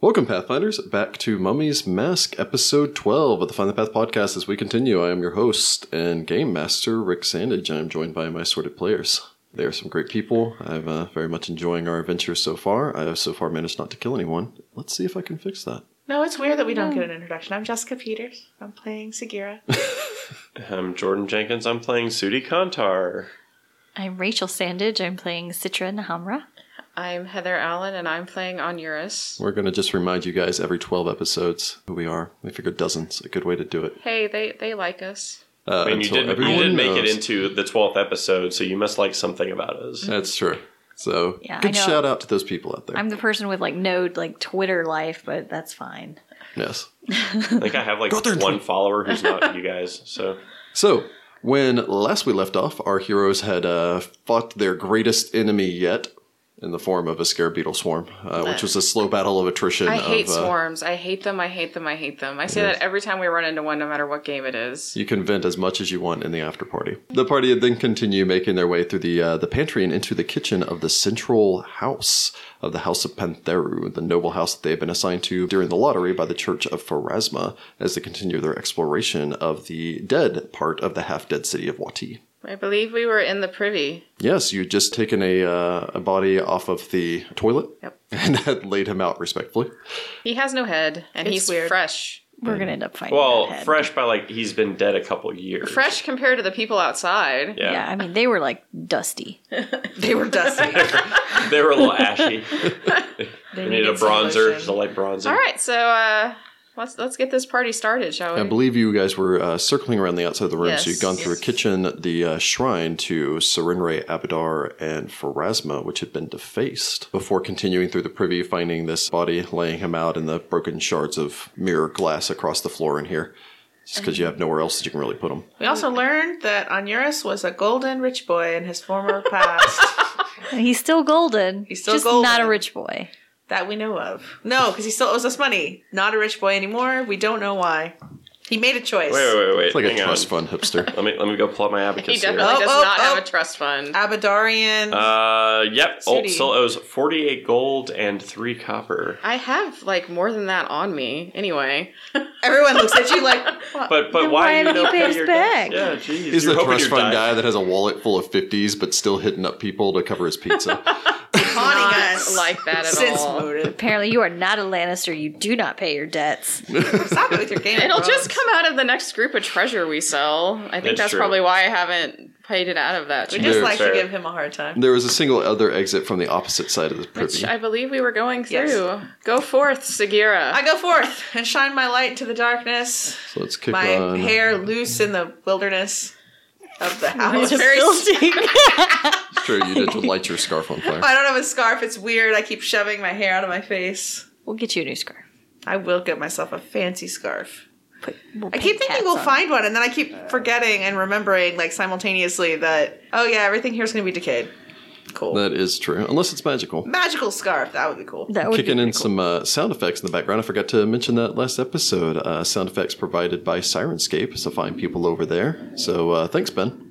Welcome, Pathfinders, back to Mummy's Mask, episode 12 of the Find the Path podcast. As we continue, I am your host and game master, Rick Sandage. I'm joined by my assorted players. They are some great people. I'm uh, very much enjoying our adventure so far. I have so far managed not to kill anyone. Let's see if I can fix that. No, it's weird that we don't get an introduction. I'm Jessica Peters. I'm playing Sagira. I'm Jordan Jenkins. I'm playing Sudi Kantar. I'm Rachel Sandage. I'm playing Citra Nahamra. I'm Heather Allen, and I'm playing on Eurus. We're going to just remind you guys every 12 episodes who we are. We figured dozens, a good way to do it. Hey, they they like us. Uh, I mean, you until did, you everyone did make it knows. into the 12th episode, so you must like something about us. That's true. So, Yeah, I good know. shout out to those people out there. I'm the person with like no like Twitter life, but that's fine. yes. I think I have like Go there and one follower who's not you guys. So So, when last we left off, our heroes had uh, fought their greatest enemy yet in the form of a scare beetle swarm, uh, which was a slow battle of attrition. I of, hate uh, swarms. I hate them. I hate them. I hate them. I say Yes. that every time we run into one, no matter what game it is. You can vent as much as you want in the after party. The party then continue making their way through the uh, the pantry and into the kitchen of the central house of the House of Pantheru, the noble house that they have been assigned to during the lottery by the Church of Pharasma, as they continue their exploration of the dead part of the half dead city of Wati. I believe we were in the privy. Yes, you'd just taken a, uh, a body off of the toilet Yep. and had laid him out respectfully. He has no head, and It's he's weird. fresh. We're Mm. gonna end up fighting. well, that head. fresh by like he's been dead a couple years. Fresh compared to the people outside. Yeah. Yeah. I mean they were like dusty. they were dusty. they were a little ashy. they need a needed some bronzer, lotion. just a light bronzer. All right, so uh, let's let's get this party started, shall we? I believe you guys were uh, circling around the outside of the room, so Yes, you'd gone through a yes. kitchen, the uh, shrine to Serenre, Abadar, and Pharasma, which had been defaced, before continuing through the privy, finding this body, laying him out in the broken shards of mirror glass across the floor in here, just because you have nowhere else that you can really put them. we also learned that Onuris was a golden rich boy in his former past And he's still golden. He's still just golden. not a rich boy. that we know of. No, because he still owes us money. Not a rich boy anymore. We don't know why. He made a choice. Wait, wait, wait, wait. It's like Hang a on. trust fund hipster. Let me let me go pull up my abacus. he here. definitely Oh, does oh, not have oh. a trust fund. Abadarian. Uh, yep. Old Sudi. still owes 48 gold and three copper. I have like more than that on me. Anyway, Everyone looks at you like, what? But but Then why, why you haven't don't you paid pay us your back? debts? Yeah, jeez. He's You're the hoping trust your fund diet- guy that has a wallet full of 50s, but still hitting up people to cover his pizza. Haunting not us. like that at Sense all. motive. Apparently you are not a Lannister. You do not pay your debts. Stop it with your game. It'll bros. just come out of the next group of treasure we sell. I think That's that's, true. probably why I haven't paid it out of that. We check, just Dude, like sir. to give him a hard time. There was a single other exit from the opposite side of the Which privy. I believe we were going through. Yes. Go forth, Sagira. I go forth and shine my light into the darkness. so let's kick my on. hair loose in the wilderness of the house. It's very Filthy. Sure, you did just light your scarf on fire. I don't have a scarf. It's weird. I keep shoving my hair out of my face. we'll get you a new scarf. I will get myself a fancy scarf. Put, we'll I keep paint thinking cats we'll on find one, and then I keep forgetting and remembering, like simultaneously, that oh yeah, everything here's gonna be decayed. Cool. That is true, unless it's magical. Magical scarf. That would be cool. it. That would Kicking be in pretty some uh, sound effects in the background. I forgot to mention that last episode. Uh, sound effects provided by Sirenscape, so fine people over there. So uh, thanks, Ben.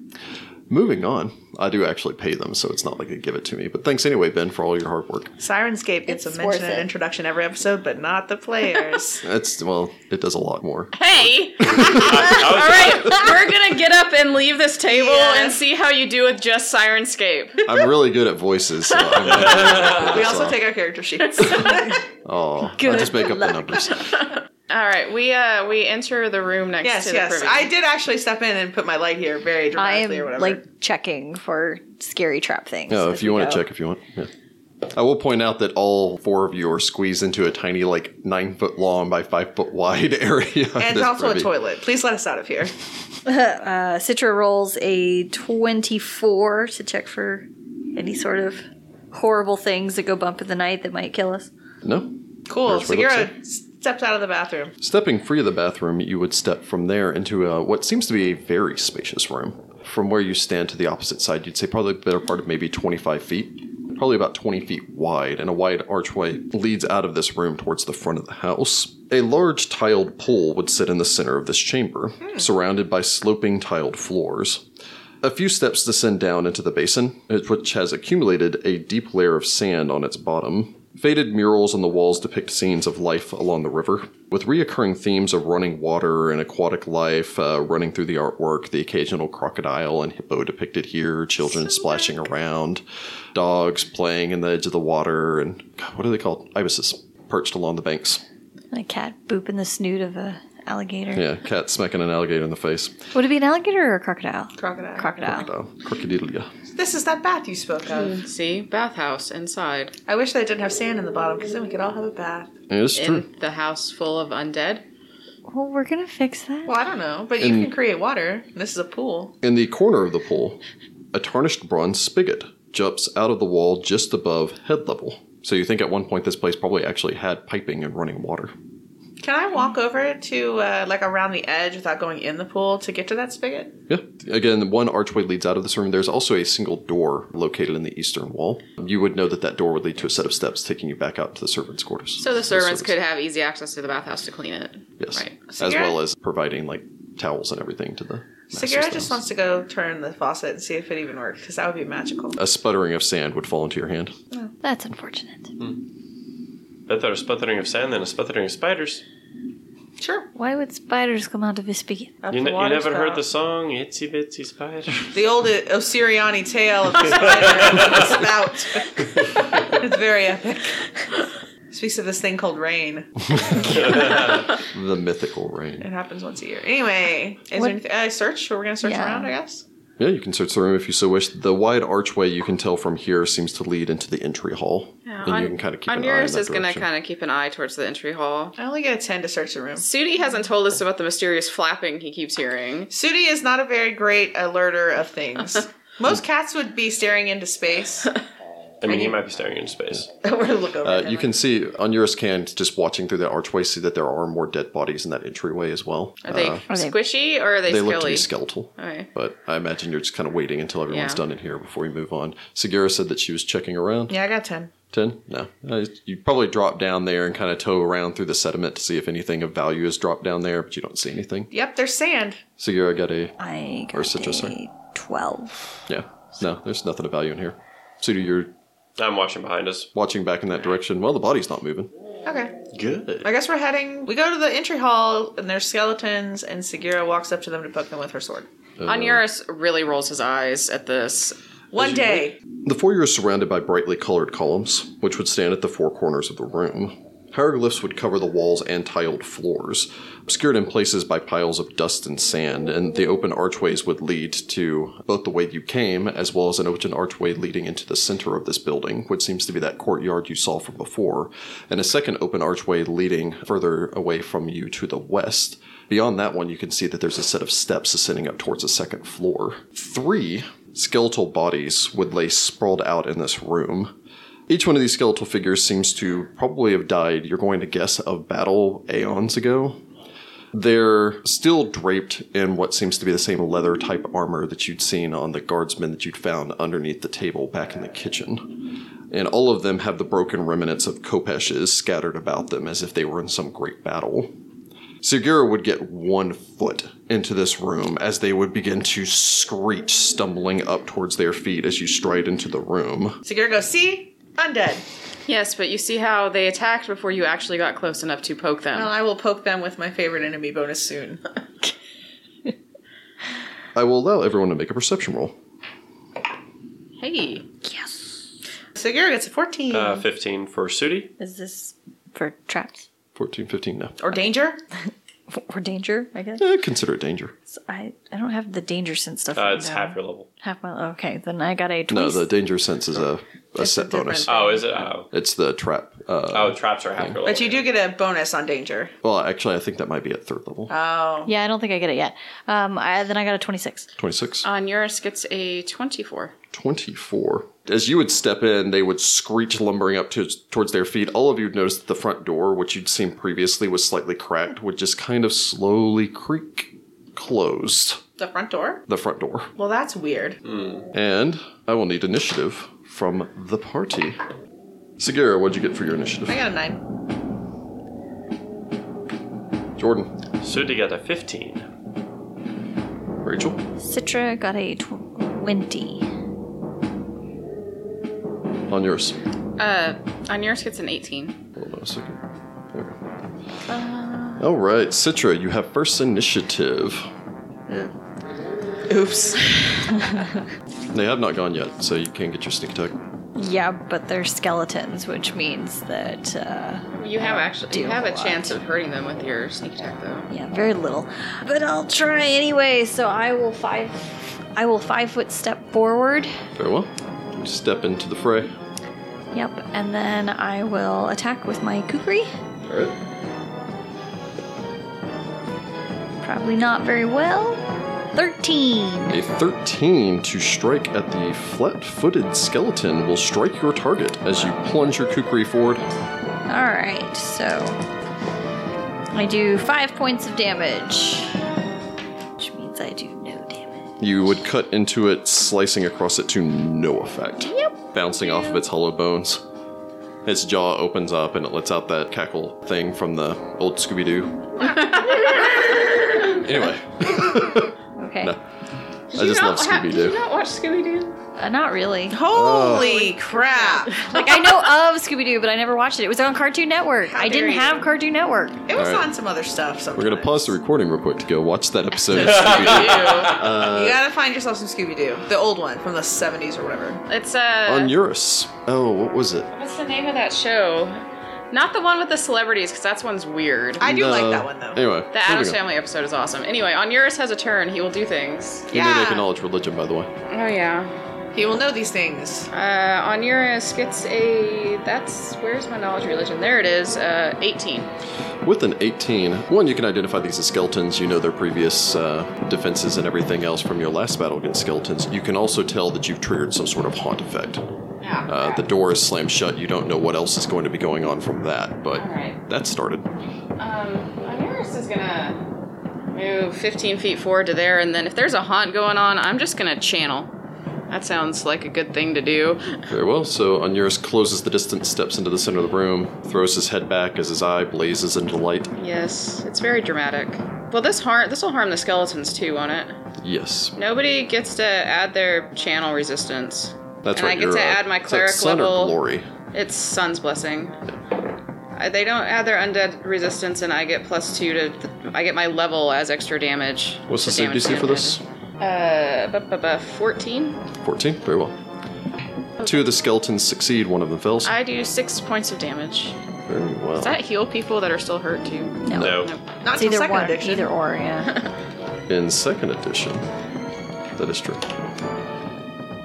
Moving on, I do actually pay them, so it's not like they give it to me. But thanks anyway, Ben, for all your hard work. Sirenscape gets It's a mention worth it. and introduction every episode, but not the players. That's well, it does a lot more. hey! I was- All right, we're gonna get up and leave this table Yeah. and see how you do with just Sirenscape. I'm really good at voices. So I'm not gonna pull we this also off. take our character sheets. Oh, I Good just make up the luck. numbers. All right, we uh we enter the room next yes, to the yes. privy. I did actually step in and put my light here very cool. I dramatically or am whatever. Oh, like checking for scary trap things. No, as Uh, if you we want go. to check, if you want. Yeah. I will point out that all four of you are squeezed into a tiny, like nine foot long by five foot wide area. of and this also privy. a toilet. Please let us out of here. Uh, Citra rolls a 24 to check for any sort of horrible things that go bump in the night that might kill us. No. Cool. There's where it Segura steps out of the bathroom. Stepping free of the bathroom, you would step from there into uh what seems to be a very spacious room. From where you stand to the opposite side, you'd say probably the better part of maybe 25 feet, probably about 20 feet wide, and a wide archway leads out of this room towards the front of the house. A large tiled pool would sit in the center of this chamber, Hmm. surrounded by sloping tiled floors. A few steps descend down into the basin, it- which has accumulated a deep layer of sand on its bottom. Faded murals on the walls depict scenes of life along the river, with reoccurring themes of running water and aquatic life uh, running through the artwork. The occasional crocodile and hippo depicted here, children splashing around, dogs playing in the edge of the water, and God, what are they called? Ibises perched along the banks. And a cat booping the snoot of a alligator. Yeah, cat smacking an alligator in the face. Would it be an alligator or a crocodile? Crocodile. Crocodile. Oh, crocodilia. This is that bath you spoke of. See, bathhouse inside. I wish that it didn't have sand in the bottom because then we could all have a bath. It is true. In the house full of undead. Well, we're gonna fix that. Well, I don't know, but you And- can create water. This is a pool. In the corner of the pool, a tarnished bronze spigot jumps out of the wall just above head level. So you think at one point this place probably actually had piping and running water. Can I walk over to uh, like around the edge without going in the pool to get to that spigot? Yeah. Again, one archway leads out of this room. There's also a single door located in the eastern wall. You would know that that door would lead to a set of steps taking you back out to the servants' quarters. So the servants could have easy access to the bathhouse to clean it. yes, Right. as Cigarette? well as providing like towels and everything to the. master's Segura just house. wants to go turn the faucet and see if it even worked because that would be magical. A sputtering of sand would fall into your hand. That's unfortunate. Better a sputtering of sand than a sputtering of spiders. Sure. Why would spiders come out of his spigot? Up You, the ne- you water never heard spout. the song Itsy Bitsy Spider? The old Osiriani tale of the spider spout. it's very epic. Speaks of this thing called rain. The mythical rain. It happens once a year. Anyway, is What- there anything? I search. We're gonna search Yeah. around, I guess. Yeah, you can search the room if you so wish. The wide archway you can tell from here seems to lead into the entry hall, and you can kind of keep an eye in Onuris that is going to direction. kind of keep an eye towards the entry hall. I only get a ten to search the room. Sudi hasn't told us about the mysterious flapping he keeps hearing. Sudi is not a very great alerter of things. Most cats would be staring into space. I mean, he might be staring into space. We're gonna look over. Uh, at you him. can see on your scan, just watching through the archway, see that there are more dead bodies in that entryway as well. Are they Uh, they- squishy or are they, they skelly? look to be skeletal. Okay. But I imagine you're just kind of waiting until everyone's Yeah. done in here before we move on. Segura said that she was checking around. Yeah, I got ten. 10? No. Uh, you probably drop down there and kind of tow around through the sediment to see if anything of value is dropped down there, but you don't see anything. Yep, there's sand. Segura got a. I got Or citrus, a sorry. twelve. Yeah. No, there's nothing of value in here. So you're I'm watching behind us. watching back in that direction. Well, the body's not moving. Okay. Good. I guess we're heading. We go to the entry hall, and there's skeletons, and Sagira walks up to them to poke them with her sword. Onuris really rolls his eyes at this. One day. The foyer is surrounded by brightly colored columns, which would stand at the four corners of the room. Hieroglyphs would cover the walls and tiled floors, obscured in places by piles of dust and sand, and the open archways would lead to both the way you came as well as an open archway leading into the center of this building, which seems to be that courtyard you saw from before, and a second open archway leading further away from you to the west. Beyond that one, you can see that there's a set of steps ascending up towards the second floor. Three skeletal bodies would lay sprawled out in this room. Each one of these skeletal figures seems to probably have died, you're going to guess, of battle aeons ago. They're still draped in what seems to be the same leather type armor that you'd seen on the guardsmen that you'd found underneath the table back in the kitchen. And all of them have the broken remnants of kopeshes scattered about them as if they were in some great battle. Segura would get one foot into this room as they would begin to screech, stumbling up towards their feet as you stride into the room. Sagira goes, "See, undead." Yes, but you see how they attacked before you actually got close enough to poke them. Well, I will poke them with my favorite enemy bonus soon. I will allow everyone to make a perception roll. hey, Sagira gets a fourteen. Uh, 15 for Sudi. Is this for traps 14, 15, no. or danger? or danger? I guess Eh, consider it danger. So I I don't have the danger sense stuff. Uh, written it's down. half your level. Half my okay. Then I got a No, twenty. the danger sense is a, a set different- bonus. Oh, is it? Oh, It's the trap. Uh, oh traps are half your level. But you do get a bonus on danger. well, actually, I think that might be at third level. Oh. yeah, I don't think I get it yet. Um, I, then I got a twenty-six. 26. Onuris gets a 24. 24. As you would step in, they would screech lumbering up to, towards their feet. All of you would notice that the front door, which you'd seen previously was slightly cracked, would just kind of slowly creak closed. The front door? The front door. Well, that's weird. Hmm. And I will need initiative from the party. Segura, what'd you get for your I initiative? got a nine. Jordan. Sudi got a 15. Rachel. Citra got a twenty. On yours. Uh, Onearsk gets an 18. Hold on a second. There we go. All right, Citra, you have first initiative. Oops. They have not gone yet, so you can get your sneak attack. Yeah, but they're skeletons, which means that uh, You have actually you Do have a what? chance of hurting them with your sneak attack though. yeah, very little. But I'll try anyway. So I will five, I will five foot step forward. Very well. You step into the fray. Yep, and then I will attack with my kukri. All right. Probably not very well. Thirteen. A 13 to strike at the flat footed skeleton will strike your target as you plunge your kukri forward. All right, so I do five points of damage, which means I do no damage. You would cut into it, slicing across it to no effect. Yep. Bouncing off of its hollow bones. Its jaw opens up and it lets out that cackle thing from the old Scooby Doo. anyway, Okay, No. I just love Scooby Did you Doo. not watch Scooby Doo? uh, not really. Holy crap. Like I know of Scooby Doo, but I never watched it. It was on Cartoon Network. I dare didn't you. have Cartoon Network. It was All right. on some other stuff. So We're gonna pause the recording real quick to go watch that episode of Scooby Doo. uh, you gotta find yourself some Scooby Doo, the old one from the '70s or whatever. It's uh On Eurus. Oh, what was it? what's the name of that show? Not the one with the celebrities, because that one's weird. I do No. like that one though. Anyway, the Adams Family episode is awesome. Anyway, Onuris has a turn. He will do things. You need Yeah. to acknowledge religion, by the way. Oh yeah. He will know these things. Uh, Onuris gets a. That's where's my knowledge of religion? There it is. Uh, 18. With an 18, one, you can identify these as skeletons. You know their previous uh, defenses and everything else from your last battle against skeletons. You can also tell that you've triggered some sort of haunt effect. Yeah. Uh, the door is slammed shut. You don't know what else is going to be going on from that, but Alright. that started. Um, Onuris is gonna move 15 feet forward to there, and then if there's a haunt going on, I'm just gonna channel. That sounds like a good thing to do. Very well. So Onuris closes the distance, steps into the center of the room, throws his head back as his eye blazes into light. Yes, it's very dramatic. Well, this harm this will harm the skeletons too, won't it? Yes, Nobody gets to add their channel resistance. that's and right. I get you're, to uh, add my is that cleric sun or level. glory. It's Sun's blessing. Uh, They don't add their undead resistance, and I get plus two to. I get my level as extra damage. What's to the save damage DC for this? Uh, bu- bu- bu- fourteen. 14. Very well. Two of the skeletons succeed, one of them fails. I do six points of damage. Very well. Does that heal people that are still hurt too? No, No. Nope. Not it's till either second one, addiction. either or. Yeah. in second edition. That is true.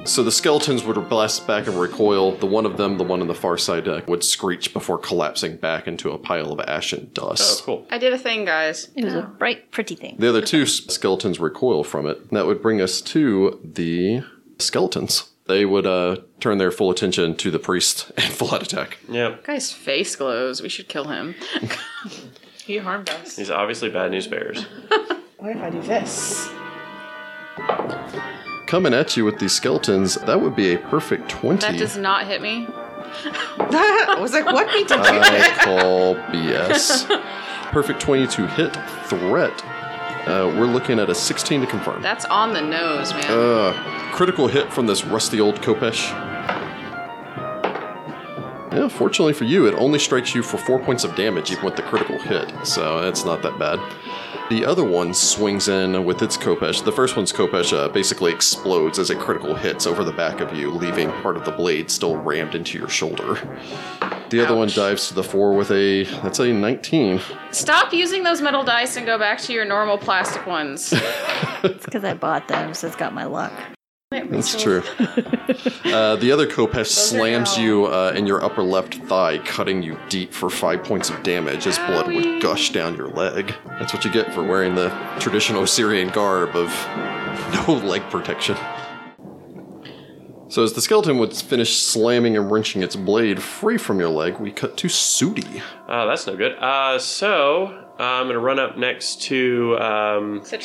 So the skeletons would blast back and recoil. The one of them, the one on the far side deck, would screech before collapsing back into a pile of ash and Oh, dust. cool. I did a thing, guys. it was a bright, pretty thing. The other two s- skeletons recoil from it. That would bring us to the skeletons. They would uh, turn their full attention to the priest and full out attack. Yeah. Guy's face glows. We should kill him. He harmed us. He's obviously bad news bears. What if I do this? Coming at you with these skeletons, that would be a perfect 20. That does not hit me. I was like, what we did Uh, you I call BS. Perfect 20 to hit threat. Uh, we're looking at a 16 to confirm. That's on the nose, man. Uh, critical hit from this rusty old Kopesh. Yeah, fortunately for you, it only strikes you for four points of damage even with the critical hit, so that's not that bad. The other one swings in with its Kopesh. The first one's Kopesh uh, basically explodes as a critical hits over the back of you, leaving part of the blade still rammed into your shoulder. The other one Ouch. dives to the four with a, that's a 19. Stop using those metal dice and go back to your normal plastic ones. It's because I bought them, so it's got my luck. That's true. uh, the other Kopesh slams now- you uh, in your upper left thigh, cutting you deep for five points of damage as blood would Owie. gush down your leg. That's what you get for wearing the traditional Assyrian garb of no leg protection. So, as the skeleton would finish slamming and wrenching its blade free from your leg, we cut to Sudi. Uh, that's no good. Uh, so uh, I'm gonna run up next to um, Citra?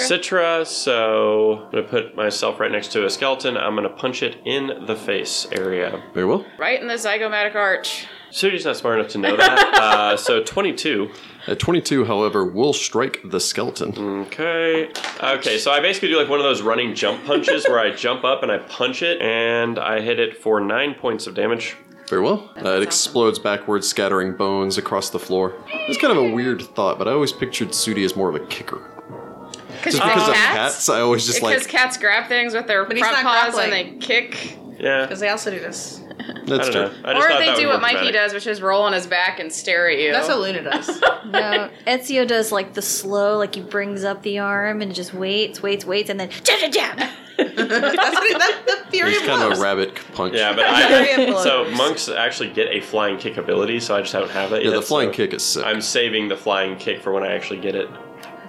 Citra. So I'm gonna put myself right next to a skeleton. I'm gonna punch it in the face area. Very well. right in the zygomatic arch. Sudi's not smart enough to know that. uh, so 22. At 22, however, will strike the skeleton. Okay. Okay. So I basically do like one of those running jump punches where I jump up and I punch it, and I hit it for nine points of damage. Very well. Uh, it awesome. explodes backwards, scattering bones across the floor. It's kind of a weird thought, but I always pictured Sudi as more of a kicker. Just Oh, you because think of cats, I always just Because like cats grab things with their But front paws he's not grappling. and they kick. Yeah. Because they also do this. that's I true. don't know. I just Or thought they that do what would work Mikey better. does, which is roll on his back and stare at you. That's what Luna does. No, Ezio does like the slow, like he brings up the arm and just waits, waits, waits, and then jab, jab, jab. That's what it, that, the theory He's of kind of blows. a rabbit punch. Yeah, but Very I uploaders. so monks actually get a flying kick ability, so I just don't have it. Yeah, the yet, flying so kick is sick. I'm saving the flying kick for when I actually get it.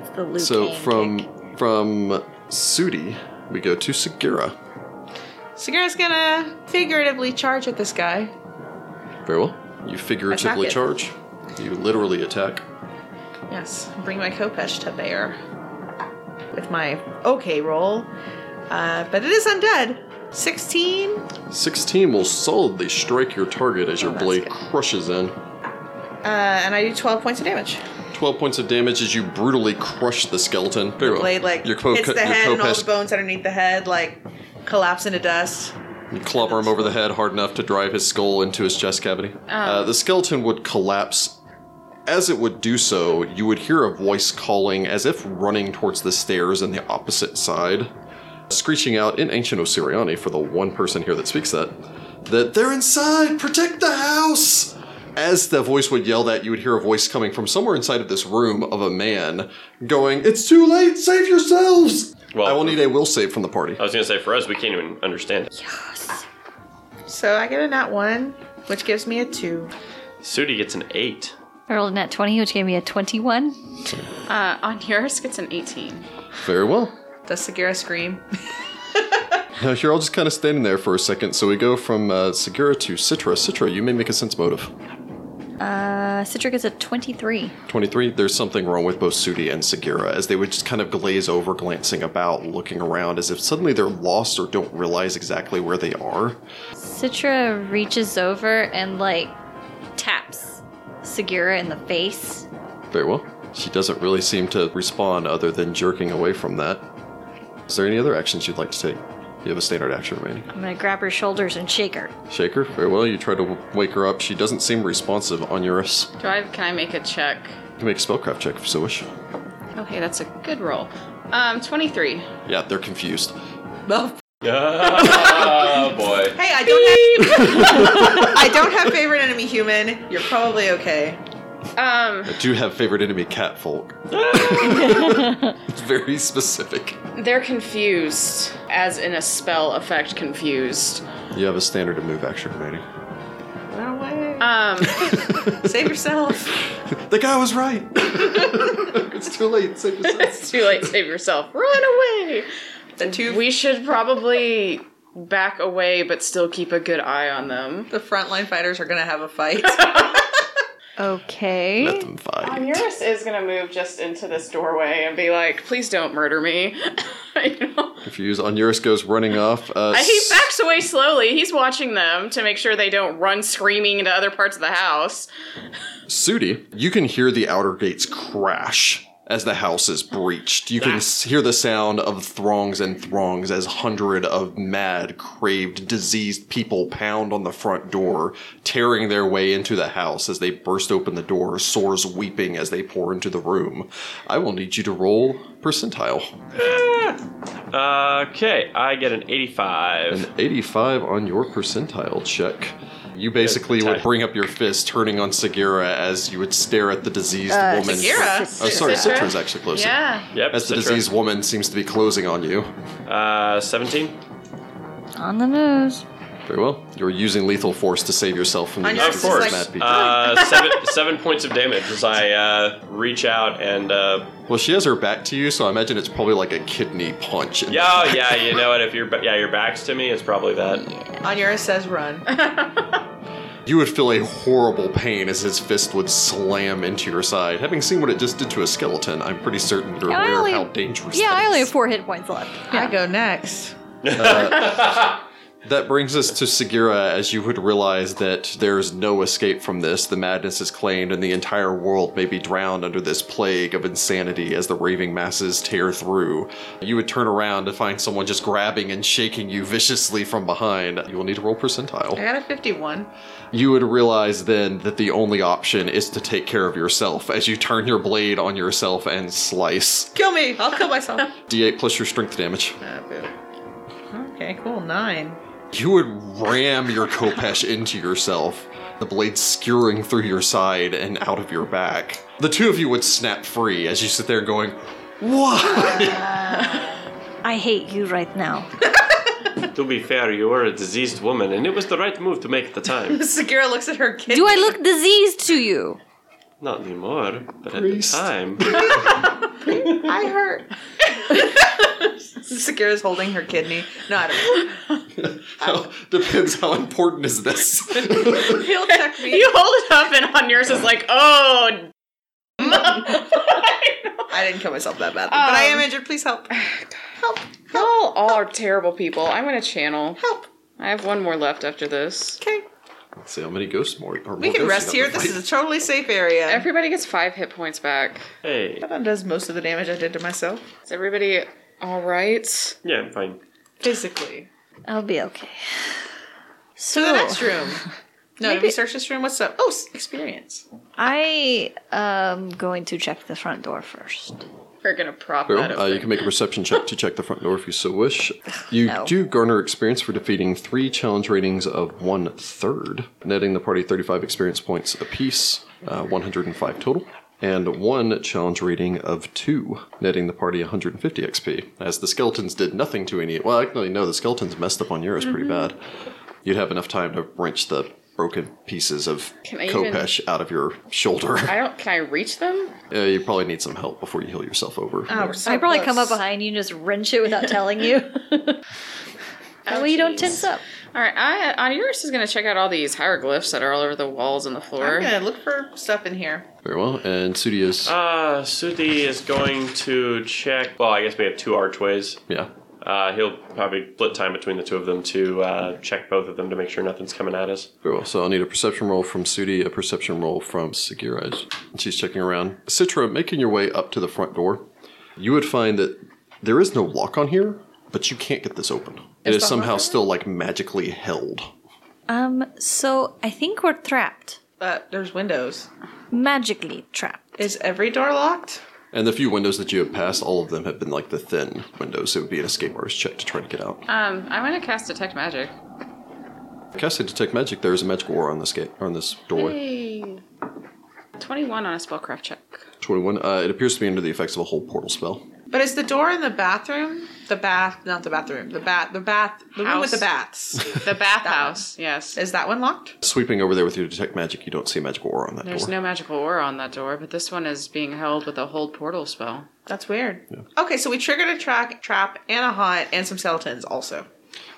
It's the Liu so Kang from kick. from Sudi, we go to Segura. Sagira's gonna figuratively charge at this guy. Very well. You figuratively Attack it. charge. You literally attack. Yes, bring my Kopesh to bear with my okay roll. Uh, but it is undead. 16. 16 will solidly strike your target as your Oh, that's blade good. crushes in. Uh, and I do 12 points of damage. 12 points of damage as you brutally crush the skeleton. Very well. Blade, like, your co- hits the your head and all the Kopesh- bones underneath the head, like, collapse into dust. You clobber him over the head hard enough to drive his skull into his chest cavity. Uh, the skeleton would collapse. As it would do so, you would hear a voice calling as if running towards the stairs on the opposite side, screeching out in ancient Osiriani for the one person here that speaks that, that they're inside, protect the house! As the voice would yell that, you would hear a voice coming from somewhere inside of this room of a man going, It's too late, save yourselves! Well- uh, I will need a will save from the party. I was gonna say for us, we can't even understand it. So I get a nat 1, which gives me a 2. Sudi gets an eight. I rolled a nat 20, which gave me a 21. Uh, on yours gets an 18. Very well. Does Sagira scream? Now, you're all just kind of standing there for a second, so we go from uh, Segura to Citra. Citra, you may make a sense motive. Uh, Citra gets a 23. 23, there's something wrong with both Sudi and Segura, as they would just kind of glaze over, glancing about, looking around, as if suddenly they're lost or don't realize exactly where they are. Citra reaches over and like taps Segura in the face. Very well. She doesn't really seem to respond other than jerking away from that. Is there any other actions you'd like to take? You have a standard action remaining. I'm gonna grab her shoulders and shake her. Shake her. Very well. You try to wake her up. She doesn't seem responsive on Eurus. Do I? Can I make a check? You can make a spellcraft check if you so wish. Oh, hey, that's a good roll. Um, 23. Yeah, they're confused. oh boy. Hey, I don't have I don't have favorite enemy human. You're probably okay. Um, I do have favorite enemy cat folk. it's very specific. they're confused, as in a spell effect confused. You have a standard of move action remaining. No way. Um, Save yourself. The guy was right. it's too late. Save yourself. it's too late. Save yourself. Run away. The two We should probably back away, but still keep a good eye on them. the frontline fighters are gonna have a fight. Let Okay. them fight. Onuris is gonna move just into this doorway and be like, "Please don't murder me." you know? If you use Onuris goes running off. Uh, And He s- backs away slowly. He's watching them to make sure they don't run screaming into other parts of the house. Sudi, you can hear the outer gates crash as the house is breached. You can s hear the sound of throngs and throngs as hundred of mad, craved, diseased people pound on the front door, tearing their way into the house as they burst open the door, sores weeping as they pour into the room. I will need you to roll percentile. Uh, Okay, I get an eighty-five. 85 on your percentile check. You basically would Attack. bring up your fist, turning on Segura as you would stare at the diseased woman. Uh, Sagira? Oh, sorry, Citra? Citra's actually closer. Yeah. Yep. As the Citra. diseased woman seems to be closing on you. Uh, seventeen. On the nose. Very well. You're using lethal force to save yourself from On these your- Of This is diseased course. mad people. Uh, seven, seven points of damage as I uh, reach out and uh, well, she has her back to you, so I imagine it's probably like a kidney punch. in- yeah, oh, yeah, you know what? If your ba- yeah your back's to me, it's probably that. Onuris says run. You would feel a horrible pain as his fist would slam into your side. Having seen what it just did to a skeleton, I'm pretty certain you're Yeah, I aware only- of how dangerous Yeah, that I only is. have four hit points left. I go next. Uh, That brings us to Segura, as you would realize that there's no escape from this. The madness is claimed, and the entire world may be drowned under this plague of insanity as the raving masses tear through. You would turn around to find someone just grabbing and shaking you viciously from behind. You will need to roll percentile. I got a 51. You would realize then that the only option is to take care of yourself as you turn your blade on yourself and slice. Kill me. I'll kill myself. Uh, D8 plus your strength damage. Ah, boo. Okay, cool. Nine. You would ram your Kopesh into yourself, the blade skewering through your side and out of your back. The two of you would snap free as you sit there going, Why? I hate you right now. To be fair, you were a diseased woman, and it was the right move to make at the time. Segura looks at her kid. Do I look diseased to you? Not anymore, but at Priest. the time. I hurt. Segura's holding her kidney. No, I don't. How- Depends how important is this. He'll check me. You hold it up, and on yours is like, oh. I didn't kill myself that badly, but I am Um, injured. Please help. Help. Y'all all are terrible people. I'm gonna channel. Help. I have one more left after this. Okay. Let's see how many ghosts more. Or We can rest here. This is a totally safe area. Everybody gets five hit points back. Hey, that undoes most of the damage I did to myself. Is everybody all right? yeah, I'm fine. Physically. I'll be okay. To the So next room. No, did we search this room? What's up? Oh, s- experience. I am going to check the front door first. We're gonna prop that up. uh, you can make a perception check to check the front door if you so wish. You No. do garner experience for defeating three challenge ratings of one third, netting the party 35 experience points apiece, uh, 105 total, and one challenge rating of two, netting the party 150 XP. As the skeletons did nothing to any. Well, actually, no, the skeletons messed up on yours Mm-hmm. pretty bad. You'd have enough time to wrench the broken pieces of Can I even- Kopesh out of your shoulder. I don't. Can I reach them? Uh, you probably need some help before you heal yourself over. Oh, we're so I probably come up close. behind you and just wrench it without telling you. that way you don't jeez. tense up. All right. I Onuris is gonna check out all these hieroglyphs that are all over the walls and the floor. I'm gonna look for stuff in here. Very well. And Sudi is. Uh, Sudhi is going to check. Well, I guess we have two archways. yeah. Uh, he'll probably split time between the two of them to uh, check both of them to make sure nothing's coming at us. Very well. So I'll need a perception roll from Sudi, a perception roll from Sagira. She's checking around. Citra, making your way up to the front door, you would find that there is no lock on here, but you can't get this open. It is somehow still like magically held. Um, so I think we're trapped. But there's windows. Magically trapped. Is every door locked? And the few windows that you have passed, all of them have been like the thin windows. It would be an escape artist check to try to get out. Um, I'm gonna cast detect magic. Casting detect magic, there is a magical aura on this gate, on this doorway. Hey. Twenty-one on a spellcraft check. Twenty-one. Uh, it appears to be under the effects of a whole portal spell. But is the door in the bathroom? The bath, not the bathroom. The bat, the bath, the room with House. the baths. The bathhouse. Yes. is that one locked? Sweeping over there with your detect magic, you don't see a magical aura on that There's door. no magical aura on that door, but this one is being held with a hold portal spell. That's weird. Okay, so we triggered a track, trap and a haunt and some skeletons also.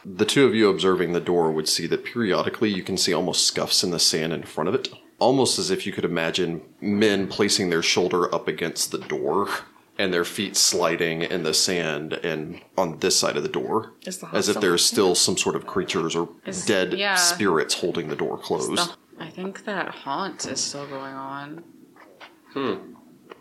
The two of you observing the door would see that periodically you can see almost scuffs in the sand in front of it, almost as if you could imagine men placing their shoulder up against the door and their feet sliding in the sand and on this side of the door, Is the as if hostel- there's still some sort of creatures or dead yeah. spirits holding the door closed. The- I think that haunt is still going on.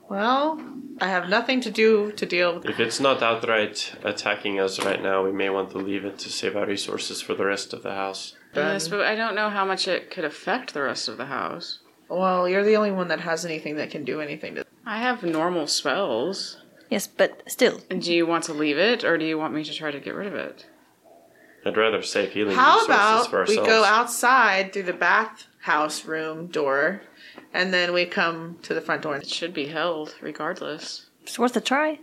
Well, I have nothing to do to deal with. If it's not outright attacking us right now, we may want to leave it to save our resources for the rest of the house. Yes, but I don't know how much it could affect the rest of the house. Well, you're the only one that has anything that can do anything to. I have normal spells. Yes, but still. And Do you want to leave it, or do you want me to try to get rid of it? I'd rather save healing How resources for about we ourselves. go outside through the bathhouse room door, and then we come to the front door. It should be held, regardless. It's worth a try.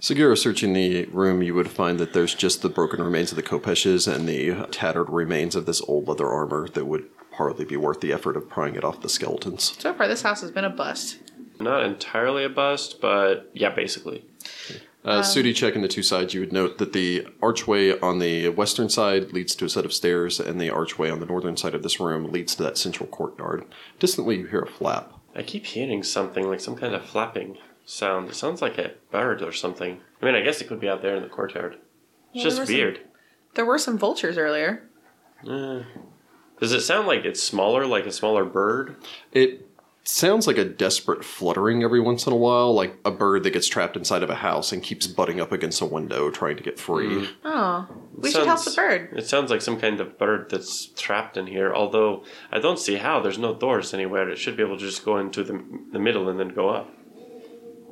Segura searching the room, you would find that there's just the broken remains of the Kopeshes and the tattered remains of this old leather armor that would hardly be worth the effort of prying it off the skeletons. So far, this house has been a bust. Not entirely a bust, but yeah, basically. Uh, Sudi checking the two sides, you would note that the archway on the western side leads to a set of stairs, and the archway on the northern side of this room leads to that central courtyard. Distantly, you hear a flap. I keep hearing something like some kind of flapping sound. It sounds like a bird or something. I mean, I guess it could be out there in the courtyard. It's there just was a- weird. There were some vultures earlier. Does it sound like it's smaller, like a smaller bird? It sounds like a desperate fluttering every once in a while, like a bird that gets trapped inside of a house and keeps butting up against a window trying to get free. Oh, we should help the Sounds- bird. It sounds like some kind of bird that's trapped in here. Although I don't see how. There's no doors anywhere. It should be able to just go into the the middle and then go up.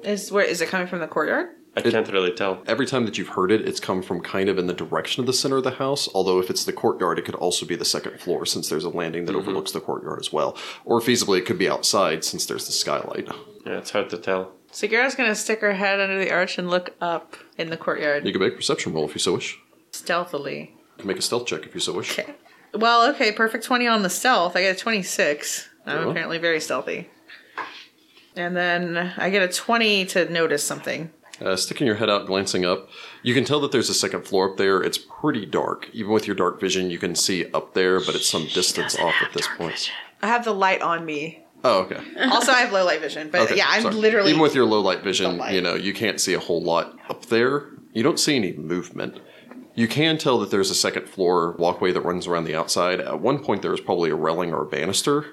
Is where is it coming from the courtyard? I can't really tell. Every time that you've heard it, it's come from kind of in the direction of the center of the house, although if it's the courtyard, it could also be the second floor since there's a landing that overlooks the courtyard as well. Or feasibly, it could be outside since there's the skylight. Yeah, it's hard to tell. Sagira's gonna stick her head under the arch and look up in the courtyard You can make a perception roll if you so wish. stealthily. You can make a stealth check if you so wish. Okay. Well, okay, perfect 20 on the stealth. I get a 26. I'm Cool. apparently very stealthy. And then I get a 20 to notice something. Uh, sticking your head out, glancing up, you can tell that there's a second floor up there. It's pretty dark. Even with your dark vision, you can see up there, but it's some distance off at this point. I have the light on me. Oh, okay. Also, I have low light vision, but Okay, yeah, I'm sorry. literally. even with your low light vision, light. you know, you can't see a whole lot up there. You don't see any movement. You can tell that there's a second floor walkway that runs around the outside. At one point, there was probably a railing or a banister,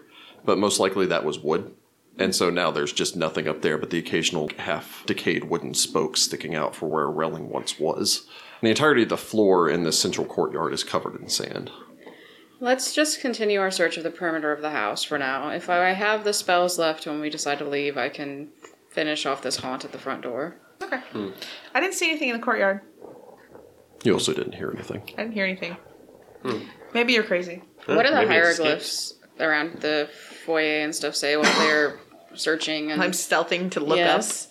but most likely that was wood. And so now there's just nothing up there but the occasional half decayed wooden spokes sticking out for where a railing once was. And the entirety of the floor in the central courtyard is covered in sand. Let's just continue our search of the perimeter of the house for now. If I have the spells left when we decide to leave, I can finish off this haunt at the front door. Okay. I didn't see anything in the courtyard. You also didn't hear anything. I didn't hear anything. Hmm. Maybe you're crazy. What Huh, do the maybe it escaped. hieroglyphs around the foyer and stuff say while they're searching? And I'm stealthing to look yes,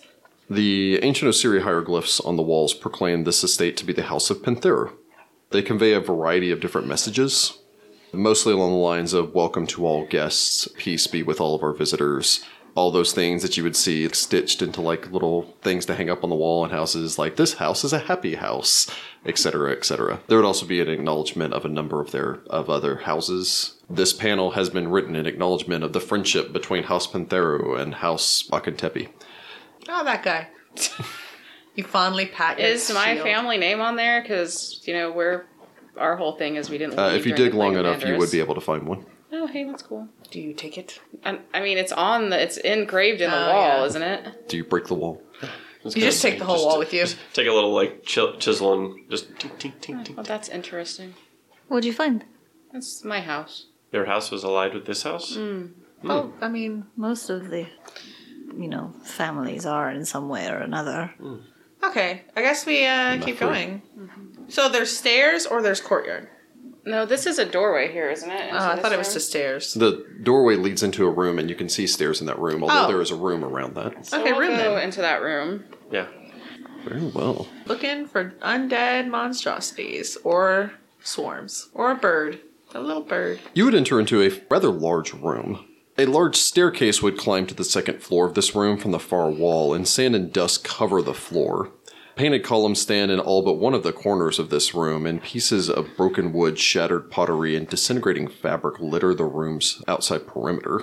The ancient Osiri hieroglyphs on the walls proclaim this estate to be the house of Panthera. They convey a variety of different messages, mostly along the lines of welcome to all guests, peace be with all of our visitors, all those things that you would see stitched into like little things to hang up on the wall in houses, like this house is a happy house, etc., etc. There would also be an acknowledgement of a number of their of other houses. This panel has been written in acknowledgement of the friendship between House Panthera and House Akintepi. up. Oh, that guy. you fondly pat. your Is my shield. family name on there? Because you know we're our whole thing is we didn't. Uh, leave if you during dig the Plague long of enough, you Mandras. would be able to find one. Oh, hey, that's cool. Do you take it? And, I mean, it's on the, it's engraved in the Oh, wall, yeah. isn't it? Do you break the wall? It's You kinda just take the whole just- wall with you. just Take a little like chi- chisel and just tink tink tink tink. Well, Oh, that's interesting. What'd you find? That's my house. Your house was allied with this house. Mm. Hmm. Well, Oh, I mean, Most of the, you know, families are in some way or another. okay. I guess we uh, keep free. going. So there's stairs or there's courtyard. No, this is a doorway here, isn't it? Oh, I Into thought this it was room? just stairs. The doorway leads into a room, and you can see stairs in that room, although Oh. there is a room around that. So Okay, we'll room go then. into that room. Yeah. Very well. Looking for undead monstrosities or swarms or a bird, a little bird. You would enter into a rather large room. A large staircase would climb to the second floor of this room from the far wall, and sand and dust cover the floor. Painted columns stand in all but one of the corners of this room, and pieces of broken wood, shattered pottery, and disintegrating fabric litter the room's outside perimeter.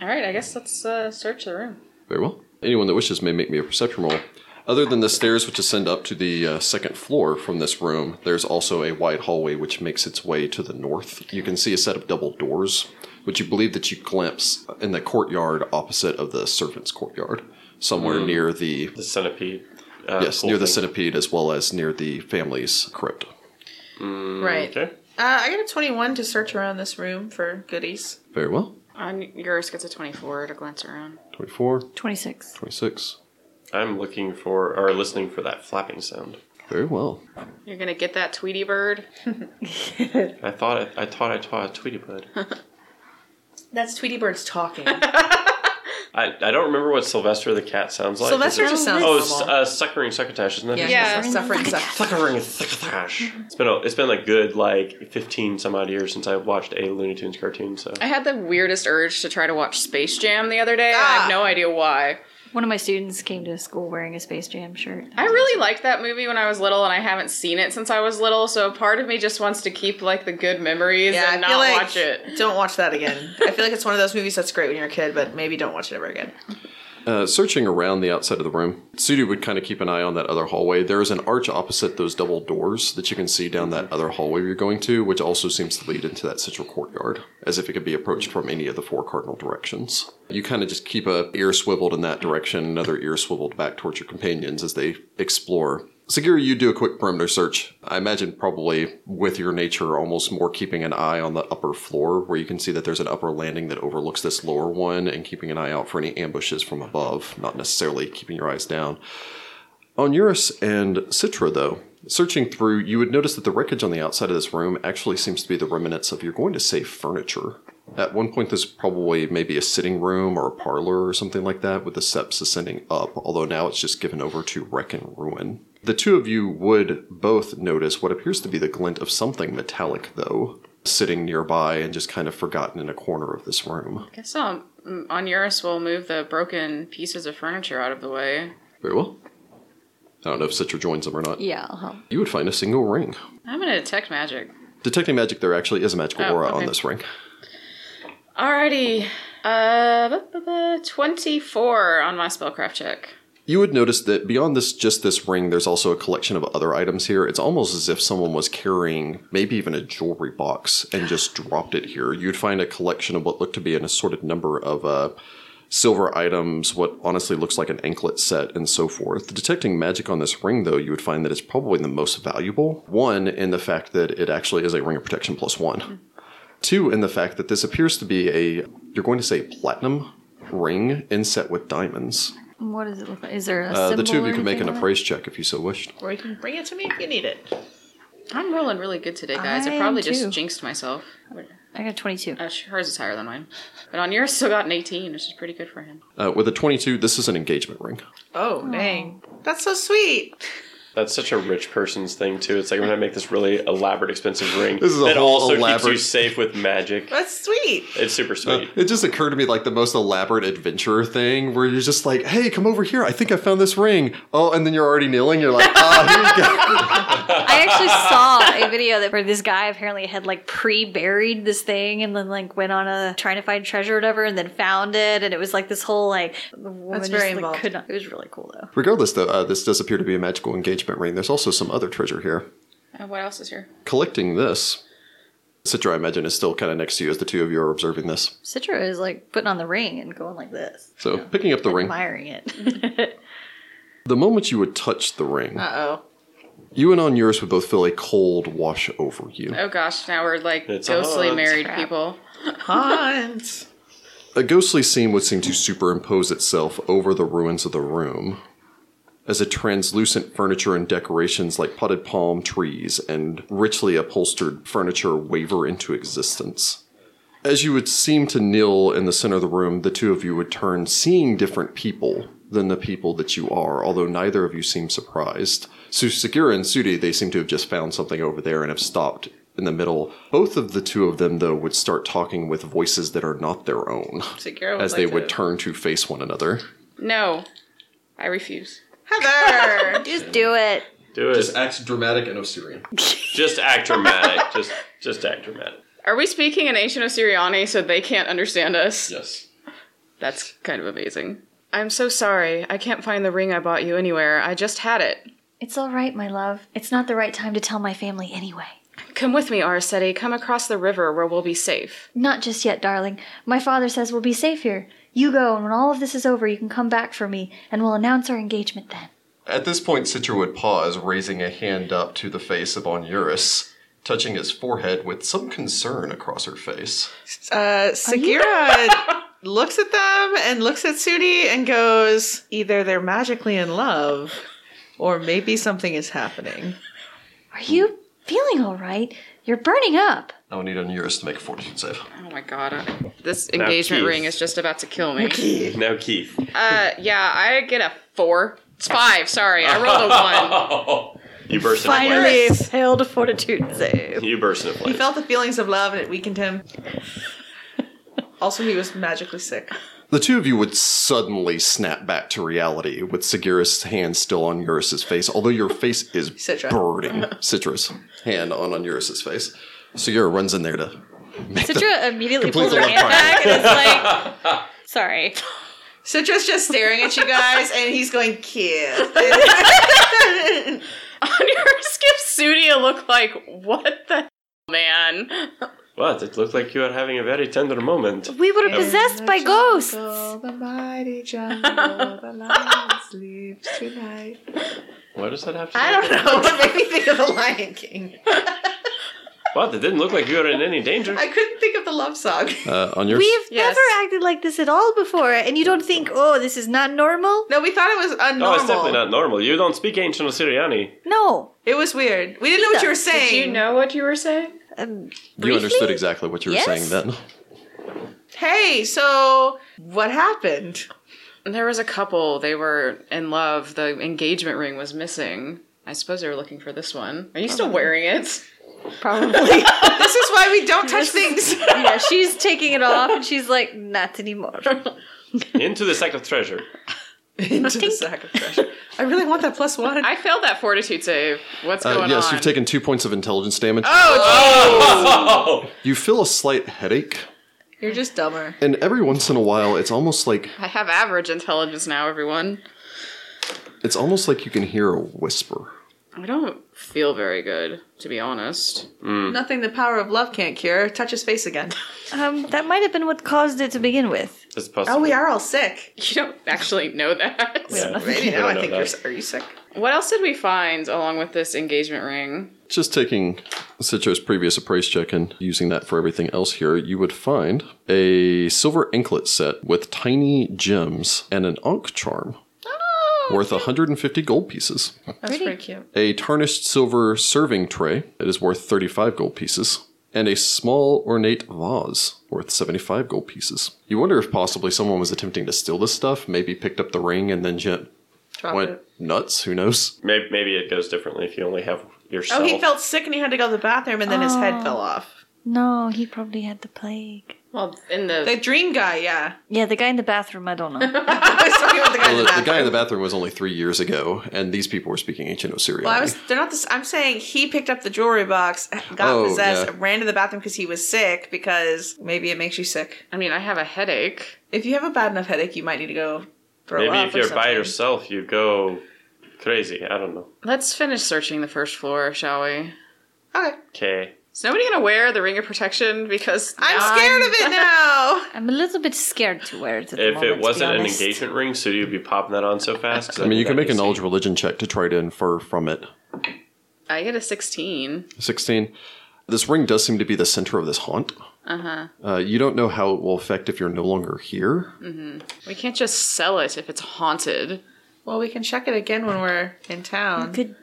All right, I guess let's uh, search the room. Very well. Anyone that wishes may make me a perception roll. Other than the stairs which ascend up to the uh, second floor from this room, there's also a wide hallway which makes its way to the north. You can see a set of double doors, which you believe that you glimpse in the courtyard opposite of the servants' courtyard, somewhere near the The centipede. Uh, yes, pool near the thing. centipede as well as near the family's crypt. right. Okay. Uh, I got a 21 to search around this room for goodies. Very well. On yours gets a twenty-four to glance around. 24, 26. 26. I'm looking for or listening for that flapping sound. Very well. You're gonna get that Tweety bird. I thought I, I thought I saw a Tweety bird. That's Tweety Bird's talking. I, I don't remember what Sylvester the cat sounds like. Sylvester Is it- just sounds Oh, normal. s- uh, suckering succotash, isn't it? yeah, Yeah. yeah. suffering suck. Suckering succotash. It's been a, it's been a good like fifteen some odd years since I watched a Looney Tunes cartoon. So I had the weirdest urge to try to watch Space Jam the other day. I Ah. have no idea why. One of my students came to school wearing a Space Jam shirt. I really liked that movie when I was little, and I haven't seen it since I was little. So part of me just wants to keep like the good memories Yeah, and I feel not like watch it. don't watch that again. I feel like it's one of those movies that's great when you're a kid, but maybe don't watch it ever again. Uh, searching around the outside of the room, Sudu would kind of keep an eye on that other hallway. There is an arch opposite those double doors that you can see down that other hallway you're going to, which also seems to lead into that central courtyard, as if it could be approached from any of the four cardinal directions. You kind of just keep a ear swiveled in that direction, another ear swiveled back towards your companions as they explore. Segura, you do a quick perimeter search. I imagine probably with your nature almost more keeping an eye on the upper floor where you can see that there's an upper landing that overlooks this lower one and keeping an eye out for any ambushes from above, not necessarily keeping your eyes down. On Eurus and Citra, though, searching through, you would notice that the wreckage on the outside of this room actually seems to be the remnants of, you're going to say, furniture. At one point, there's probably maybe a sitting room or a parlor or something like that with the steps ascending up, although now it's just given over to wreck and ruin. The two of you would both notice what appears to be the glint of something metallic, though, sitting nearby and just kind of forgotten in a corner of this room. I guess um, Onuris will move the broken pieces of furniture out of the way. Very well. I don't know if Citra joins them or not. Yeah, uh-huh. I'll help. You would find a single ring. I'm gonna detect magic. Detecting magic, there actually is a magical Oh, aura okay. on this ring. Alrighty. Uh, buh, buh, buh, 24 on my spellcraft check. You would notice that beyond this, just this ring, there's also a collection of other items here. It's almost as if someone was carrying maybe even a jewelry box and just dropped it here. You'd find a collection of what looked to be an assorted number of uh, silver items, what honestly looks like an anklet set, and so forth. Detecting magic on this ring, though, you would find that it's probably the most valuable. One, in the fact that it actually is a ring of protection plus one. Two, in the fact that this appears to be a, you're going to say, platinum ring inset with diamonds. What does it look like? Is there a Uh, symbol the two of or you can make an anything on it? appraise check if you so wished. Or you can bring it to me if you need it. I'm rolling really good today, guys. I, I am probably too. just jinxed myself. I got 22. Uh, sh- hers is higher than mine. But Onuris still got an 18, which is pretty good for him. Uh, with a 22, this is an engagement ring. Oh, dang. That's so sweet. That's such a rich person's thing too. It's like when I make this really elaborate, expensive ring This is a that whole also keeps you elaborate- safe with magic. That's sweet. It's super sweet. Uh, It just occurred to me like the most elaborate adventurer thing where you're just like, hey, come over here. I think I found this ring. Oh, and then you're already kneeling. You're like, ah, here we go. I actually saw a video that where this guy apparently had like pre-buried this thing and then like went on a trying to find treasure or whatever and then found it and it was like this whole like the woman That's just, very like, involved. could not. It was really cool though. Regardless, though, uh, this does appear to be a magical engagement ring. There's also some other treasure here. Uh, what else is here? Collecting this, Citra, I imagine, is still kind of next to you as the two of you are observing this. Citra is like putting on the ring and going like this, So, picking up the ring, admiring it. the moment you would touch the ring, Uh oh. you and on yours would both feel a cold wash over you. Oh gosh, now we're like It's a ghostly hunt. married Crap. people. Hans. A ghostly scene would seem to superimpose itself over the ruins of the room as a translucent furniture and decorations like potted palm trees and richly upholstered furniture waver into existence. As you would seem to kneel in the center of the room, the two of you would turn, seeing different people than the people that you are, although neither of you seem surprised. So Segura and Sudi, they seem to have just found something over there and have stopped in the middle. Both of the two of them, though, would start talking with voices that are not their own Segura as like they to- would turn to face one another. No, I refuse. Heather. Just do it. Do it. Just, acts dramatic and Osirian. act dramatic. just just act dramatic. Are we speaking in ancient Osiriani so they can't understand us? Yes. That's kind of amazing. I'm so sorry. I can't find the ring I bought you anywhere. I just had it. It's all right, my love. It's not the right time to tell my family anyway. Come with me, Arsetti. Come across the river where we'll be safe. Not just yet, darling. My father says we'll be safe here. You go, and when all of this is over, you can come back for me, and we'll announce our engagement then. At this point, Citra would pause, raising a hand up to the face of Onuris, touching his forehead with some concern across her face. Uh, Segura looks at them and looks at Sudi and goes, either they're magically in love or maybe something is happening. Are you feeling all right? You're burning up. I would need Onuris to make a fortitude save. Oh my god. I- This engagement Keith. ring is just about to kill me. Now Keith. Uh, yeah, I get a four. It's five, sorry. I rolled a one. you burst into flames. Finally, failed a fortitude save. You burst into He flames. felt the feelings of love and it weakened him. Also, he was magically sick. The two of you would suddenly snap back to reality, with Segura's hand still on Eurus's face, although your face is Citra. burning. Citra's hand on Onuris's face. Segura runs in there to Citra immediately Complete pulls her the hand look back and is like, sorry. Citra's just staring at you guys, and he's going, "Kid." Onuris gives Sudi a look like, what the hell, man? What? It looked like you were having a very tender moment. We were possessed by ghosts. The mighty jungle, the lion sleeps tonight. What does that have to I do? don't know what made me think of the Lion King. What? It didn't look like you were in any danger. I couldn't think of the love song. Uh, on your We've Yes. never acted like this at all before, and you don't think, oh, this is not normal? No, we thought it was unnormal. No, Oh, it's definitely not normal. You don't speak ancient Osiriani. No. It was weird. We didn't know what you were saying. what you were saying? Um, you understood briefly? exactly what you were Yes. saying then. Hey, so what happened? There was a couple. They were in love. The engagement ring was missing. I suppose they were looking for this one. Are you still wearing it? Probably. This is why we don't touch things. yeah, she's taking it off, and she's like, not anymore. Into the sack of treasure. Into the sack of treasure. I really want that plus one. I failed that fortitude save. What's Uh, going yes, on? you've taken two points of intelligence damage. Oh! You feel a slight headache, You're just dumber. and every once in a while, it's almost like I have average intelligence now, everyone. it's almost like you can hear a whisper. I don't feel very good, to be honest. Hmm. Nothing the power of love can't cure. Touch his face again. Um, that might have been what caused it to begin with. It's possible. Oh, we are all sick. You don't actually know that. Yeah. Maybe We now don't I know think that. you're. s- Are you sick? What else did we find along with this engagement ring? Just taking Citro's previous appraise check and using that for everything else here, you would find a silver anklet set with tiny gems and an Ankh charm worth 150 gold pieces. Oh, That's pretty cute. a tarnished silver serving tray that is worth 35 gold pieces, and a small ornate vase worth 75 gold pieces. You wonder if possibly someone was attempting to steal this stuff, maybe picked up the ring and then just Drop went it. nuts, who knows? Maybe, maybe it goes differently if you only have yourself. Oh, he felt sick and he had to go to the bathroom, and then his head Oh. fell off. No, he probably had the plague. Well, in the The dream guy, yeah. Yeah, the guy in the bathroom, I don't know. I was talking about the guy Well, in the the, the bathroom. guy in the bathroom was only three years ago, and these people were speaking ancient Osirian. Well, I was. They're not. This. I'm saying he picked up the jewelry box, got Oh, possessed, yeah. ran to the bathroom because he was sick. Because maybe it makes you sick. I mean, I have a headache. If you have a bad enough headache, you might need to go throw Maybe up. if you're or by something. yourself, you go crazy. I don't know. Let's finish searching the first floor, shall we? Okay, Okay. Is nobody gonna wear the ring of protection? Because I'm now scared of it now. I'm a little bit scared to wear it. At the If moment, to it be wasn't an honest. engagement ring, so you'd be popping that on so fast. 'cause I mean, you think can that'd make a be knowledge religion check to try to infer from it. I get a sixteen. 16. This ring does seem to be the center of this haunt. Uh Uh-huh. huh. Uh, you don't know how it will affect if you're no longer here. We can't just sell it if it's haunted. Well, we can check it again when we're in town. Could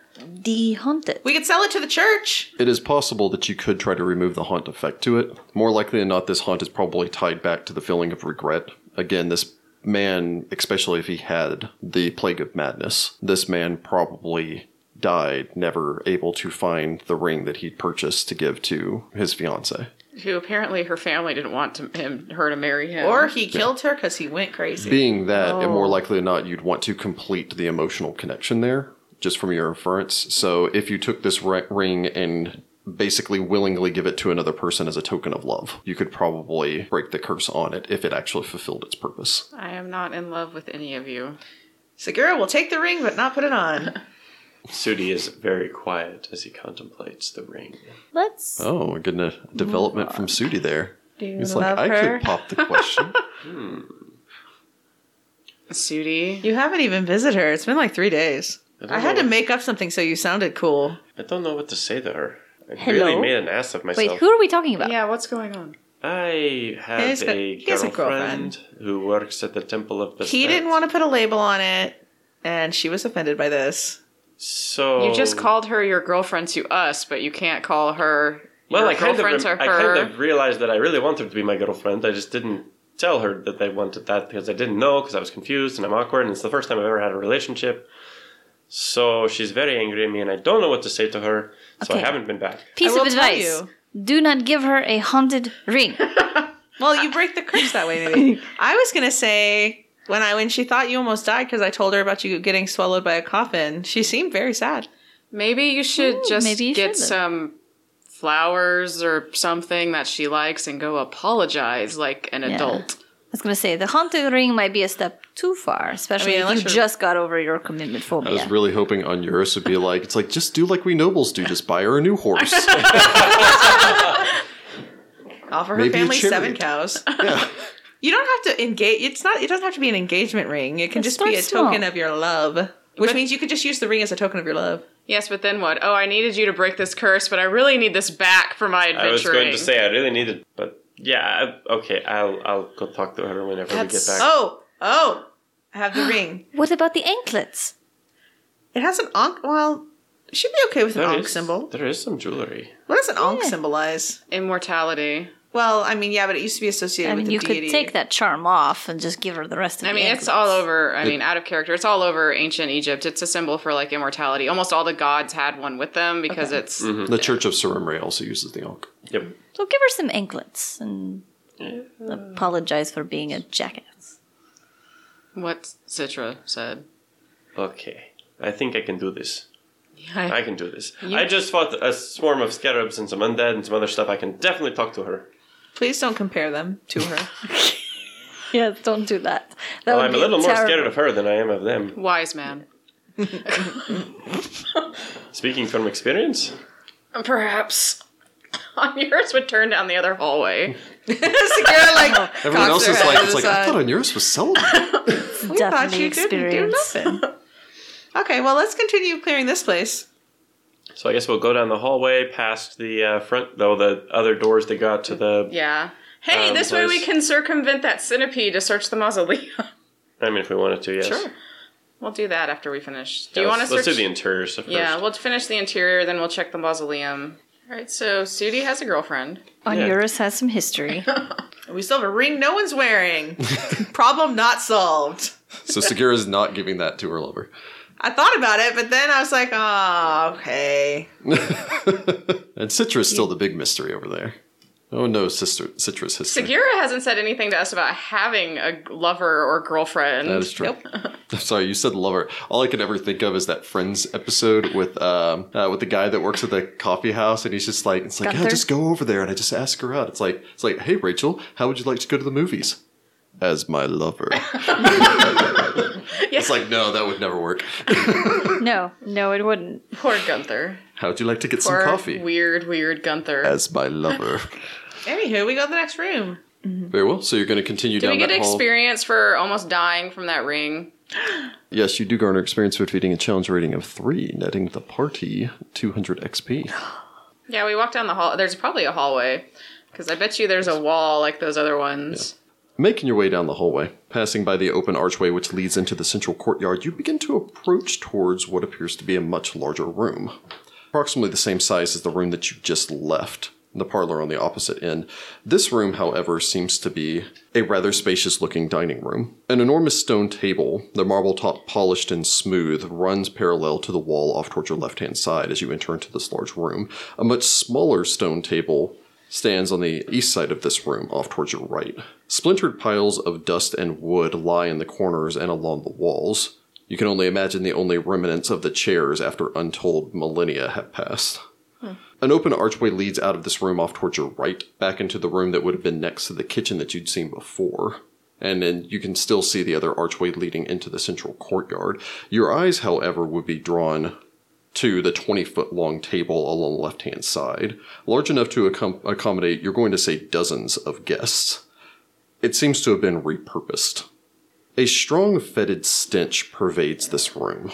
de-hunt it. we could sell it to the church. It is possible that you could try to remove the haunt effect to it. More likely than not, this haunt is probably tied back to the feeling of regret. Again, this man, especially if he had the plague of madness, this man probably died never able to find the ring that he'd purchased to give to his fiance. Who apparently her family didn't want to, him her to marry him. Or he killed her because he went crazy. Being that, and Oh. more likely than not, you'd want to complete the emotional connection there, just from your inference. So if you took this ri- ring and basically willingly give it to another person as a token of love, you could probably break the curse on it if it actually fulfilled its purpose. I am not in love with any of you. Segura will take the ring, but not put it on. Sudi is very quiet as he contemplates the ring. Let's. Oh, my goodness. Development from Sudi there. Do you He's like, love I her? could pop the question. Sudi. You haven't even visited her. It's been like three days. don't I had know. to make up something so you sounded cool. I don't know what to say to her. I really Hello? made an ass of myself. Wait, who are we talking about? Yeah, what's going on? I He have has got- a he has a girlfriend, girlfriend. who works at the Temple of the He didn't want to put a label on it, and she was offended by this. So You just called her your girlfriend to us, but you can't call her. Well, your I kind of girlfriends rem- are I her. kind of realized that I really wanted her to be my girlfriend. I just didn't tell her that I wanted that because I didn't know because I was confused and I'm awkward and it's the first time I've ever had a relationship. So she's very angry at me and I don't know what to say to her. So I Okay. haven't been back. I Piece will of tell advice: you. do not give her a haunted ring. Well, you break the curse that way, maybe. I was gonna say when I when she thought you almost died because I told her about you getting swallowed by a coffin. She seemed very sad. Maybe you should Ooh, just maybe you get should. some flowers or something that she likes and go apologize like an adult. was gonna say the haunted ring might be a step too far, especially I mean, if unless you you're- just got over your commitment I phobia. was really hoping on Eurus would be like, it's like, just do like we nobles do, just buy her a new horse. Offer her Maybe a family seven chariot. cows. yeah. You don't have to engage. It's not. It doesn't have to be an engagement ring. It can Just just be start a token small. of your love, which But- means you could just use the ring as a token of your love. Yes, but then what? Oh, I needed you to break this curse, but I really need this back for my adventure. I was going ring. to say I really needed, but yeah, I, okay. I'll I'll go talk to her whenever we get That's- back. Oh, oh! I have the ring. what about the anklets? It has an onk. Well, it should be okay with an There onk is- symbol. There is some jewelry. What does an onk Yeah. symbolize? immortality. Well, I mean, yeah, but it used to be associated I mean, with you the could deity. take that charm off and just give her the rest of I the mean, it's anklets. all over. I mean, out of character. It's all over ancient Egypt. It's a symbol for like immortality. Almost all the gods had one with them because it's Mm-hmm. The Church of Cerimere also uses the elk. Yep. So give her some anklets and apologize for being a jackass. what Citra said. Okay. I think I can do this. I I, can do this. I just fought a swarm of scarabs and some undead and some other stuff. I can definitely talk to her. Please don't compare them to her. Yeah, don't do that. that Well, would I'm a be little more terrible. scared of her than I am of them. wise man. Speaking from experience, Perhaps. On yours would turn down the other hallway. Segura, like Oh, Everyone else cocks her is head like, to it's the like, I side. thought on Eurus was celibate. we thought Definitely you experience. didn't do nothing. okay, well, let's continue clearing this place. so I guess we'll go down the hallway past the uh, front, though the other doors that got to the. Yeah. Hey, Um, this way we there's- can circumvent that centipede to search the mausoleum. I mean, if we wanted to, yes. Sure. We'll do that after we finish. Do Yeah, you want to let's, search? let's do the interior stuff first. yeah, we'll finish the interior, then we'll check the mausoleum. All right. So Sudi has a girlfriend. On Yeah. Eurus has some history. We still have a ring no one's wearing. Problem not solved. so Sagira's not giving that to her lover. I thought about it, but then I was like, oh, okay. And Citra's still the big mystery over there. Oh no, sister, Citra's history. Segura hasn't said anything to us about having a lover or girlfriend. That is true. I'm sorry, you said lover. All I could ever think of is that Friends episode with um uh, with the guy that works at the coffee house, and he's just like, it's like, I Gunther? just go over there and I just ask her out. It's like, it's like, hey Rachel, how would you like to go to the movies? As my lover. It's like, no, that would never work. no, no, it wouldn't. Poor Gunther. How would you like to get Poor some coffee? weird, weird Gunther. Uh, As my lover. Anywho, we go to the next room. Very well. So you're going to continue Do down we get that hall. experience for almost dying from that ring? Yes, you do garner experience for defeating a challenge rating of three, netting the party 200 XP. Yeah, we walk down the hall. There's probably a hallway. Because I bet you there's a wall like those other ones. Making your way down the hallway, passing by the open archway which leads into the central courtyard, you begin to approach towards what appears to be a much larger room. Approximately the same size as the room that you just left, the parlor on the opposite end. This room, however, seems to be a rather spacious looking dining room. An enormous stone table, the marble top polished and smooth, runs parallel to the wall off towards your left hand side as you enter into this large room. A much smaller stone table stands on the east side of this room, off towards your right. Splintered piles of dust and wood lie in the corners and along the walls. You can only imagine the only remnants of the chairs after untold millennia have passed. An open archway leads out of this room off towards your right, back into the room that would have been next to the kitchen that you'd seen before. And then you can still see the other archway leading into the central courtyard. Your eyes, however, would be drawn to the 20 foot long table along the left hand side, large enough to accom- accommodate, you're going to say, dozens of guests. It seems to have been repurposed. A strong, fetid stench pervades this room.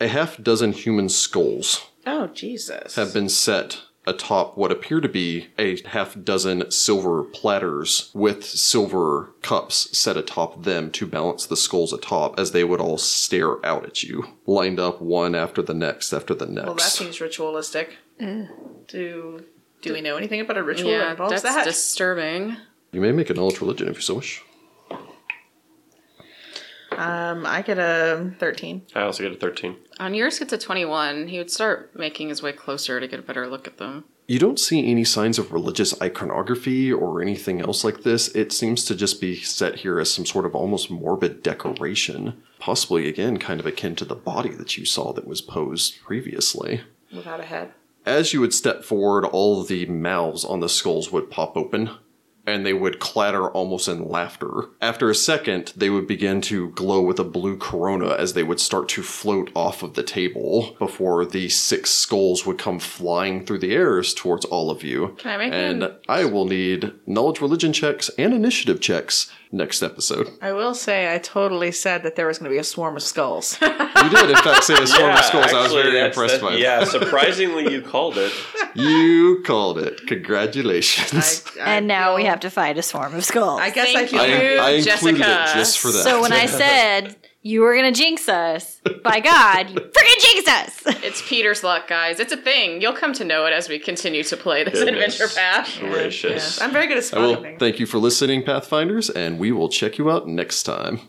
A half dozen human skulls Oh, Jesus. have been set atop what appear to be a half dozen silver platters with silver cups set atop them to balance the skulls atop as they would all stare out at you, lined up one after the next after the next. Well, that seems ritualistic. Eh. Do do we know anything about a ritual that Yeah, involves that's that? disturbing. you may make an knowledge religion if you so wish. um, I get a thirteen. I also get a 13. On yours gets a 21. He would start making his way closer to get a better look at them. You don't see any signs of religious iconography or anything else like this. It seems to just be set here as some sort of almost morbid decoration, possibly again kind of akin to the body that you saw that was posed previously. Without a head. As you would step forward, all the mouths on the skulls would pop open, and they would clatter almost in laughter. After a second, they would begin to glow with a blue corona as they would start to float off of the table before the six skulls would come flying through the airs towards all of you. Can I make And an- I will need knowledge religion checks and initiative checks next episode. I will say I totally said that there was going to be a swarm of skulls. You did, in fact, say a swarm Yeah, of skulls. Oh, I was actually, very that's- impressed that- by Yeah, surprisingly, you called it. that. You called it. I, Congratulations. I And now we feel- have to fight a swarm of skulls. I guess I Thank can. you. do- I included Jessica. it just for that. so when I said you were gonna jinx us, by God, you freaking jinx us! It's Peter's luck, guys. It's a thing. You'll come to know it as we continue to play this Goodness adventure path. Gracious. Yes, I'm very good at I will spotting. thank you for listening, Pathfinders, and we will check you out next time.